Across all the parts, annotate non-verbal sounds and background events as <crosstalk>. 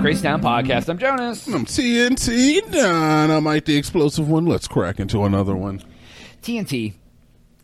Crazy Town Podcast. I'm Jonas. I'm TNT Don. I'm Mike the Explosive One. Let's crack into another one. TNT.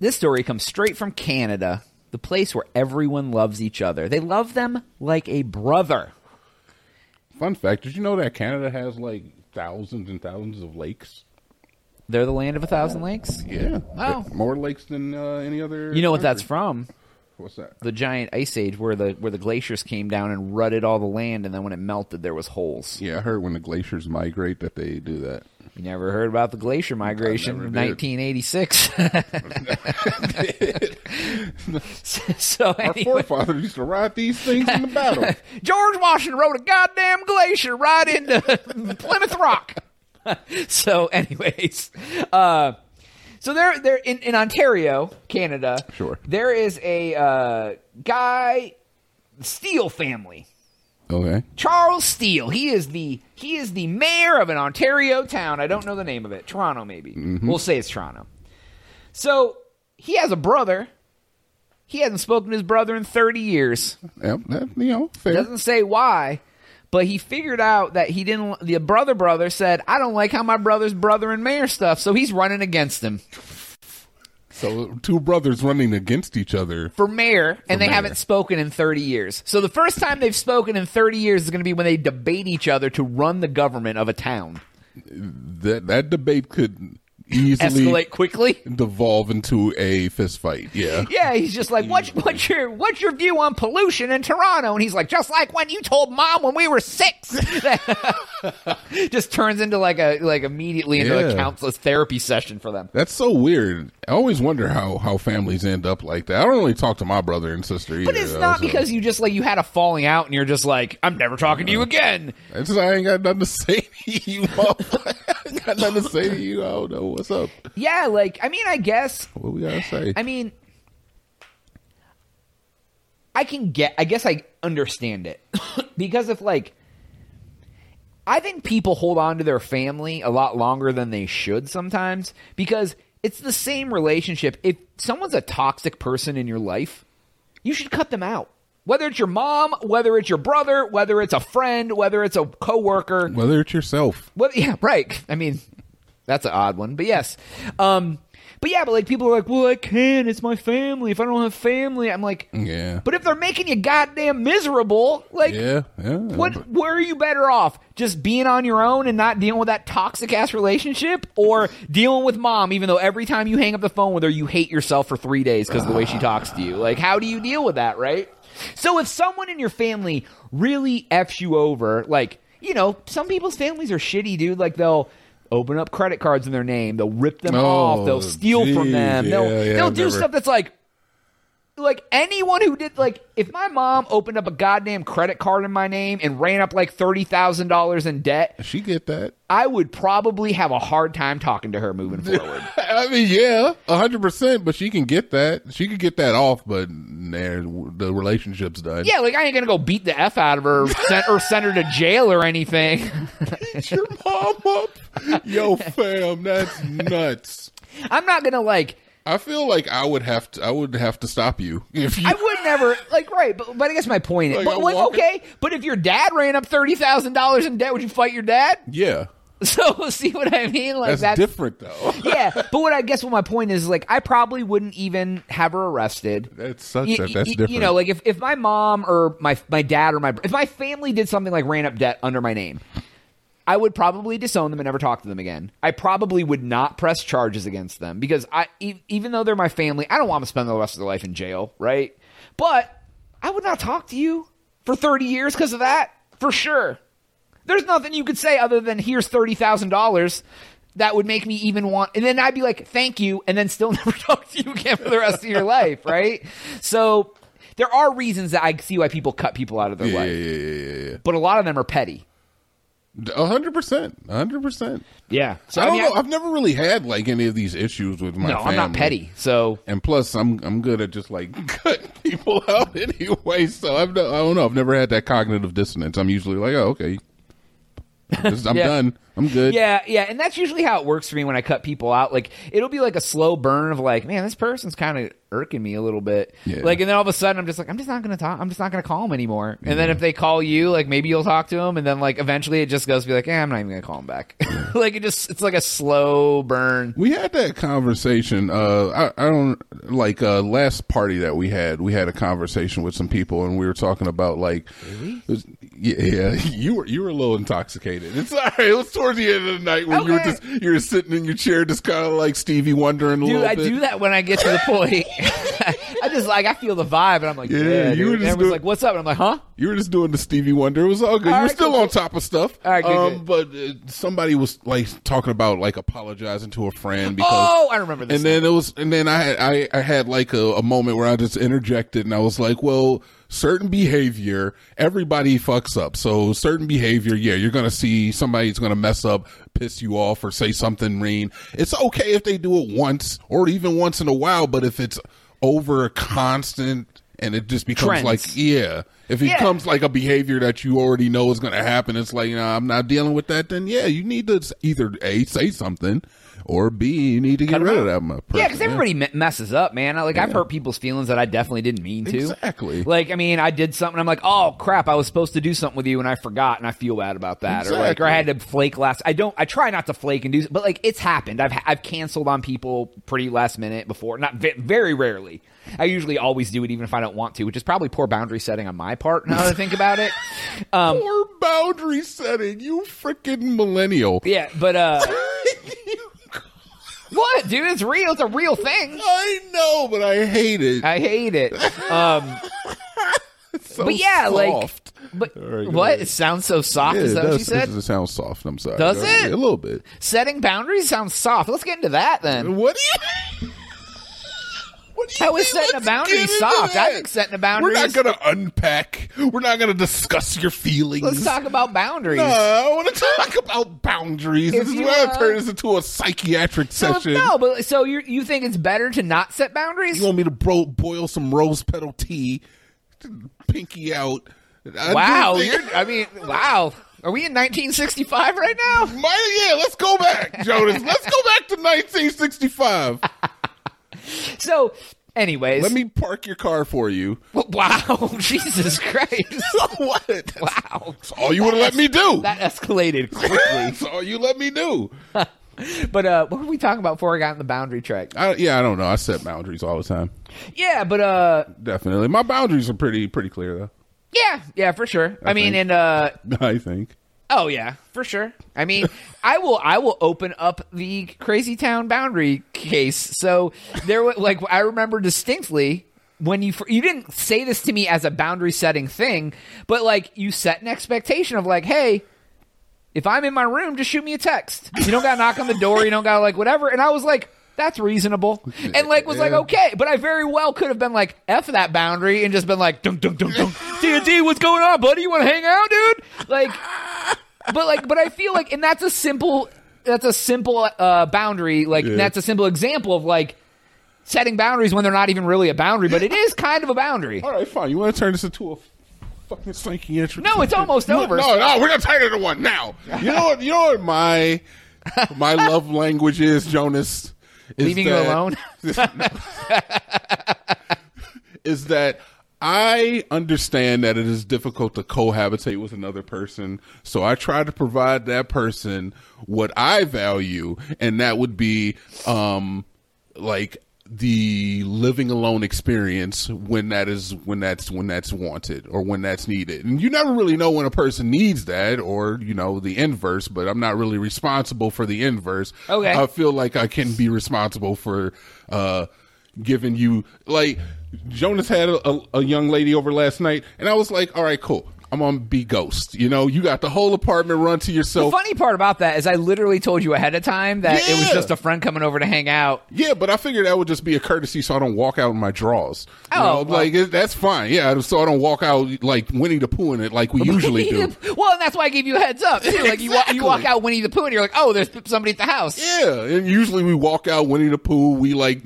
This story comes straight from Canada, the place where everyone loves each other. They love them like a brother. Fun fact did you know that Canada has like thousands and thousands of lakes? They're the land of a thousand lakes. Yeah. Wow. More lakes than uh, any other. You know what that's country. from? What's that? The giant ice age where the where the glaciers came down and rutted all the land and then when it melted there was holes. Yeah, I heard when the glaciers migrate that they do that. You never heard about the glacier migration never of did. <laughs> 1986. <laughs> so <laughs> Our anyway. forefathers used to ride these things <laughs> in the battle. George Washington rode a goddamn glacier right <laughs> into Plymouth Rock. so, anyways, uh, so there, there in, in Ontario, Canada, Sure. there is a uh, guy, Steele family, Okay. Charles Steele. He is the he is the mayor of an Ontario town. I don't know the name of it. Toronto, maybe. We'll say it's Toronto. So he has a brother. He hasn't spoken to his brother in thirty years. Yep, that, you know, fair. Doesn't say why, but he figured out that he didn't. The brother brother said, "I don't like how my brother's brother and mayor stuff," so he's running against him so two brothers running against each other. for mayor, and they mayor. haven't spoken in thirty years. So the first time they've spoken in thirty years is going to be when they debate each other to run the government of a town. That that debate could easily Escalate quickly. <laughs> devolve into a fist fight. Yeah. Yeah, he's just like, what's what's your what's your view on pollution in Toronto? And he's like, just like when you told mom when we were six. <laughs> just turns into like a like immediately into a Yeah. countless therapy session for them. That's so weird. I always wonder how how families end up like that. I don't really talk to my brother and sister either. But it's not so- because you just like you had a falling out and you're just like, I'm never talking to you again. It's just I ain't got nothing to say to you. <laughs> motherfucker. I ain't got nothing to say to you. I don't know what's up. Yeah, like I mean, I guess What we gotta say? I mean, I can get. I guess I understand it <coughs> because if like, I think people hold on to their family a lot longer than they should sometimes because it's the same relationship. If someone's a toxic person in your life, you should cut them out. Whether it's your mom, whether it's your brother, whether it's a friend, whether it's a coworker, Whether it's yourself, Well, yeah, right. I mean, that's an odd one, but yes. Um, but yeah, but like people are like, well, I can. It's my family. If I don't have family, I'm like, yeah, but if they're making you goddamn miserable, like, yeah, yeah. what? Where are you better off? Just being on your own and not dealing with that toxic ass relationship, or dealing with mom, even though every time you hang up the phone with her, you hate yourself for three days because of the way she talks to you. Like, how do you deal with that, right? So if someone in your family really f's you over, like you know, some people's families are shitty, dude. Like they'll. Open up credit cards in their name. They'll rip them Oh, off. They'll steal from geez, them. yeah, they'll yeah, they'll I've do never- stuff that's like like anyone who did like if my mom opened up a goddamn credit card in my name and ran up like $30,000 in debt, She get that? <laughs> I would probably have a hard time talking to her moving forward. I mean, yeah, hundred percent. But she can get that. She could get that off. But there, the relationship's done. yeah, like I ain't going to go beat the F out of her or send, or send her to jail or anything. <laughs> Get your mom up, yo, fam. That's nuts. I'm not going to like I feel like I would have to. I would have to stop you if you. I would never like right, but, but I guess my point is Like, but, I'm like, walking- okay, but if your dad ran up $30,000 in debt, would you fight your dad? <laughs> yeah, So see what I mean? Like that's, that's different though. <laughs> yeah, but what I guess what my point is like I probably wouldn't even have her arrested. That sucks. Y- that y- that's y- different. You know, like if, if my mom or my my dad or my br- if my family did something like ran up debt under my name, I would probably disown them and never talk to them again. I probably would not press charges against them because I e- even though they're my family, I don't want them to spend the rest of their life in jail, right? But I would not talk to you for 30 years because of that, for sure. There's nothing you could say other than here's thirty thousand dollars that would make me even want and then I'd be like, thank you, and then still <laughs> never talk to you again for the rest of your life, right? So there are reasons that I see why people cut people out of their yeah, life. yeah, yeah, yeah, But a lot of them are petty. yeah. A hundred percent. A hundred percent. Yeah. So I don't mean, know. I, have never really had like any of these issues with my no, family. I'm not petty. So And plus, I'm I'm good at just like <laughs> cutting people out anyway. So I've no, I don't know. I've never had that cognitive dissonance. I'm usually like, oh, okay, I'm, just- <laughs> I'm Yeah. done. I'm good. yeah, yeah, and that's usually how it works for me when I cut people out. Like it'll be like a slow burn of like, man, this person's kind of irking me a little bit. Yeah. Like, and then all of a sudden, I'm just like, I'm just not gonna talk. I'm just not gonna call him anymore. And then if they call you, like maybe you'll talk to him, and then like eventually it just goes to be like, eh, I'm not even gonna call him back. <laughs> like it just it's like a slow burn. We had that conversation. Uh, I, I don't like uh, last party that we had. We had a conversation with some people, and we were talking about like, it was- yeah, <laughs> yeah, you were you were a little intoxicated. It's all right. It was towards the end of the night when you were Okay. just you were sitting in your chair, just kind of like Stevie wondering a Dude, little I bit. do that when I get to the point. <laughs> I just like I feel the vibe, and I'm like, yeah. Yeah, you dude." And were just everyone's doing- like, what's up? And I'm like, huh? You were just doing the Stevie Wonder. It was all good. All you were right, still cool, on top of stuff. All right, good, um, But uh, somebody was like talking about like apologizing to a friend because. Oh, I remember this. and then it was, and then I had, I, I had like a, a moment where I just interjected and I was like, well, certain behavior, everybody fucks up. So certain behavior, yeah, you're going to see somebody's going to mess up, piss you off or say something mean. It's okay if they do it once or even once in a while, but if it's over constant and it just becomes Trends. like, yeah, if it Yeah. becomes like a behavior that you already know is going to happen, it's like, nah, I'm not dealing with that. Then yeah, you need to s- either a say something or b you need to get rid of that mu- person. Yeah, because everybody me- messes up, man. I- Like I've hurt people's feelings that I definitely didn't mean to. Exactly. Like I mean, I did something. I'm like, oh crap, I was supposed to do something with you, and I forgot, and I feel bad about that. Or like, or I had to flake last. I don't. I try not to flake and do, but like it's happened. I've I've canceled on people pretty last minute before. Not ve- very rarely. I usually always do it, even if I don't want to, which is probably poor boundary setting on my part. Now that I think about <laughs> it. Um, Poor boundary setting, you freaking millennial. yeah, but uh, <laughs> what, dude? It's real. It's a real thing. I know, but I hate it. I hate it. Um. It's so but yeah, soft. like, but All right, go what? ahead. It sounds so soft. Yeah, is it that what does, you said? It sounds soft. I'm sorry. Does All right, it? A little bit. Setting boundaries sounds soft. Let's get into that then. What do you? <laughs> What do you How is mean? setting Let's a boundary get into soft? I that. think setting a We're boundary not is- gonna unpack. We're not gonna discuss your feelings. Let's talk about boundaries. No, I want to talk about boundaries. If this is you, where uh, I turn this into a psychiatric So, session. no, but so you you think it's better to not set boundaries? You want me to bro- boil some rose petal tea, pinky out? I do wow, think- you're, I mean, wow. Are we in 1965 right now? Might- yeah, let's go <laughs> back, Jonas. let's go back to 1965. So, anyways, Let me park your car for you. <laughs> wow, <laughs> Jesus Christ, what? That's wow, all you would have let me do. that <laughs> <laughs> escalated quickly. That's all you let me do. but uh, what were we talking about before I got in the boundary track? I, yeah, I don't know. I set boundaries all the time. Yeah, but uh, Definitely, my boundaries are pretty pretty clear though. yeah, yeah, for sure. I, mean, think. and uh, <laughs> I think. Oh yeah, for sure. I mean, I will I will open up the crazy town boundary case. So there was like I remember distinctly when you fir- you didn't say this to me as a boundary setting thing, but like you set an expectation of like, hey, if I'm in my room, just shoot me a text. You don't got to knock on the door. You don't got to like whatever. And I was like. That's reasonable, and like was like Yeah. okay, but I very well could have been like f that boundary and just been like dunk dunk dunk dunk D D what's going on, buddy? You want to hang out, dude? Like but like but i feel like and that's a simple that's a simple uh boundary like Yeah. that's a simple example of like setting boundaries when they're not even really a boundary but it is kind of a boundary All right, fine. You want to turn this into a fucking psychiatric? no it's almost No, over No, no, we're gonna turn it into one now. You know what? You know what my <laughs> my love language is, Jonas. Is Leaving you alone? is that I understand that it is difficult to cohabitate with another person, so I try to provide that person what I value, and that would be um like the living alone experience when that is when that's when that's wanted or when that's needed. And you never really know when a person needs that or, you know, the inverse, but I'm not really responsible for the inverse. Okay. I feel like I can be responsible for uh giving you like Jonas had a, a, a young lady over last night, and I was like, "All right, cool. I'm gonna be ghost. You know, you got the whole apartment run to the yourself. funny part about that is i literally told you ahead of time that it was Yeah. just a friend coming over to hang out Yeah, but I figured that would just be a courtesy, so I don't walk out in my drawers. You Oh, know, well. like it, that's fine. Yeah, so I don't walk out like Winnie the Pooh in it, <laughs> like we usually do. well and that's why i gave you a heads up too like you, walk, you walk Exactly. out winnie the pooh and you're like oh there's somebody at the house Yeah, and usually we walk out Winnie the Pooh, we like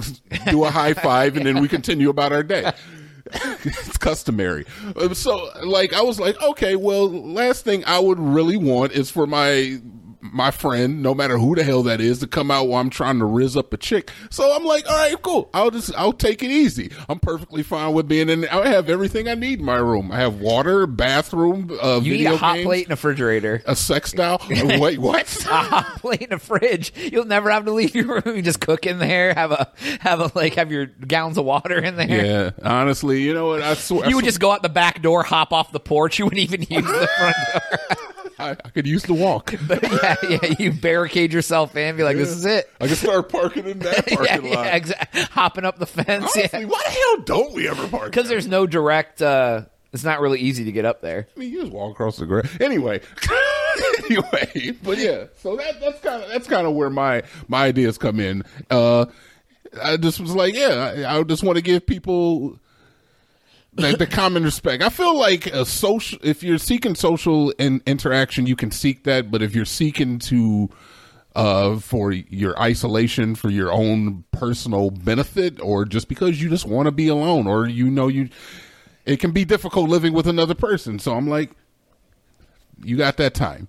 do a high five, and then we continue about our day. <laughs> it's customary. Uh, So, like, I was like, okay, well, last thing I would really want is for my my friend, no matter who the hell that is, to come out while I'm trying to riz up a chick. So I'm like, all right, cool. I'll just I'll take it easy. I'm perfectly fine with being in. I have everything I need in my room. I have water, bathroom, uh, You need video a hot games, plate and a refrigerator. a sex doll. <laughs> <laughs> Wait, what? A hot plate and a fridge. You'll never have to leave your room. You just cook in there. Have a have a like have your gallons of water in there. yeah, honestly, you know what? I swear, You would just go out the back door, hop off the porch. You wouldn't even use the front <laughs> door. I, I could use the walk. yeah, yeah. You barricade yourself in. Be like, this is it. I could start parking in <laughs> that Yeah, parking lot. yeah, exactly. Hopping up the fence. Honestly, yeah, why the hell don't we ever park? because there's no direct. uh It's not really easy to get up there. I mean, you just walk across the ground. Anyway, <laughs> anyway, but yeah. So that that's kind of that's kind of where my my ideas come in. Uh, I just was like, yeah, I, I just want to give people like the common respect. I feel like a social. If you're seeking social in, interaction, you can seek that. But if you're seeking to uh for your isolation for your own personal benefit or just because you just want to be alone or you know you it can be difficult living with another person so i'm like you got that time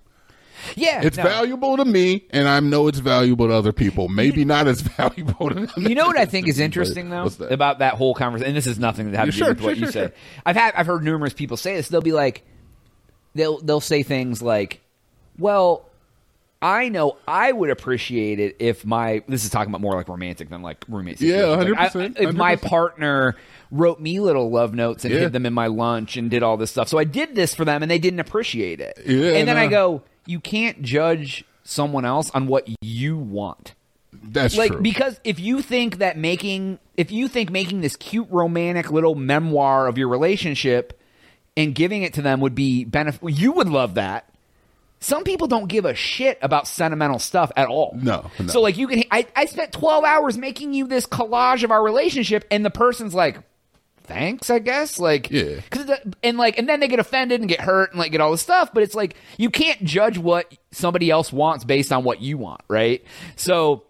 Yeah, it's no. valuable to me and i know it's valuable to other people maybe not as <laughs> valuable to You know what <laughs> I think is interesting though What's that? about that whole conversation. And this is nothing that has to Sure, do with what sure, you sure, said. I've had I've heard numerous people say this. They'll be like, they'll they'll say things like, "Well, I know I would appreciate it if my this is talking about more like romantic than like roommate. Yeah, situations. Like, 100%, I- If my 100%. partner wrote me little love notes and Yeah. hid them in my lunch and did all this stuff, so I did this for them and they didn't appreciate it. Yeah, and then I no. go, you can't judge someone else on what you want that's like true because if you think that making if you think making this cute romantic little memoir of your relationship and giving it to them would be benefit you would love that some people don't give a shit about sentimental stuff at all No, no. so like you can I, I spent 12 hours making you this collage of our relationship and the person's like thanks i guess like Yeah. 'cause the- and like and then they get offended and get hurt and like get all this stuff but it's like you can't judge what somebody else wants based on what you want right so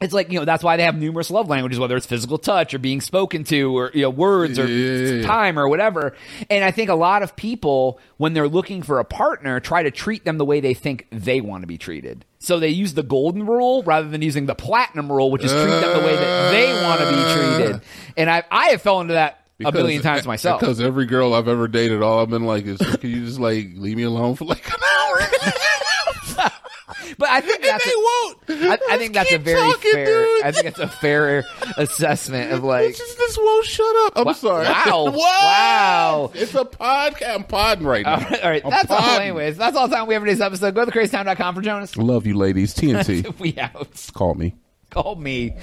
it's like you know that's why they have numerous love languages whether it's physical touch or being spoken to or you know words or Yeah. time or whatever and i think a lot of people when they're looking for a partner try to treat them the way they think they want to be treated so they use the golden rule rather than using the platinum rule which is treat them the way that they want Ah. to be treated and i i have fell into that a Because- billion times myself because every girl i've ever dated all i've been like is can you just like leave me alone for like an hour <laughs> <laughs> But I think that's they a, won't. I, I Let's think that's a keep very talking, fair. dude. I think it's a fair assessment of like. <laughs> Bitches just won't shut up. I'm sorry. <laughs> wow. What? Wow. It's a podcast. I'm podding right now. All right, all right, I'm that's all. podding. Anyways, that's all the time we have for today's episode. Go to crazytime.com for Jonas. <laughs> Love you, ladies. TNT. We out. Call me. Call me.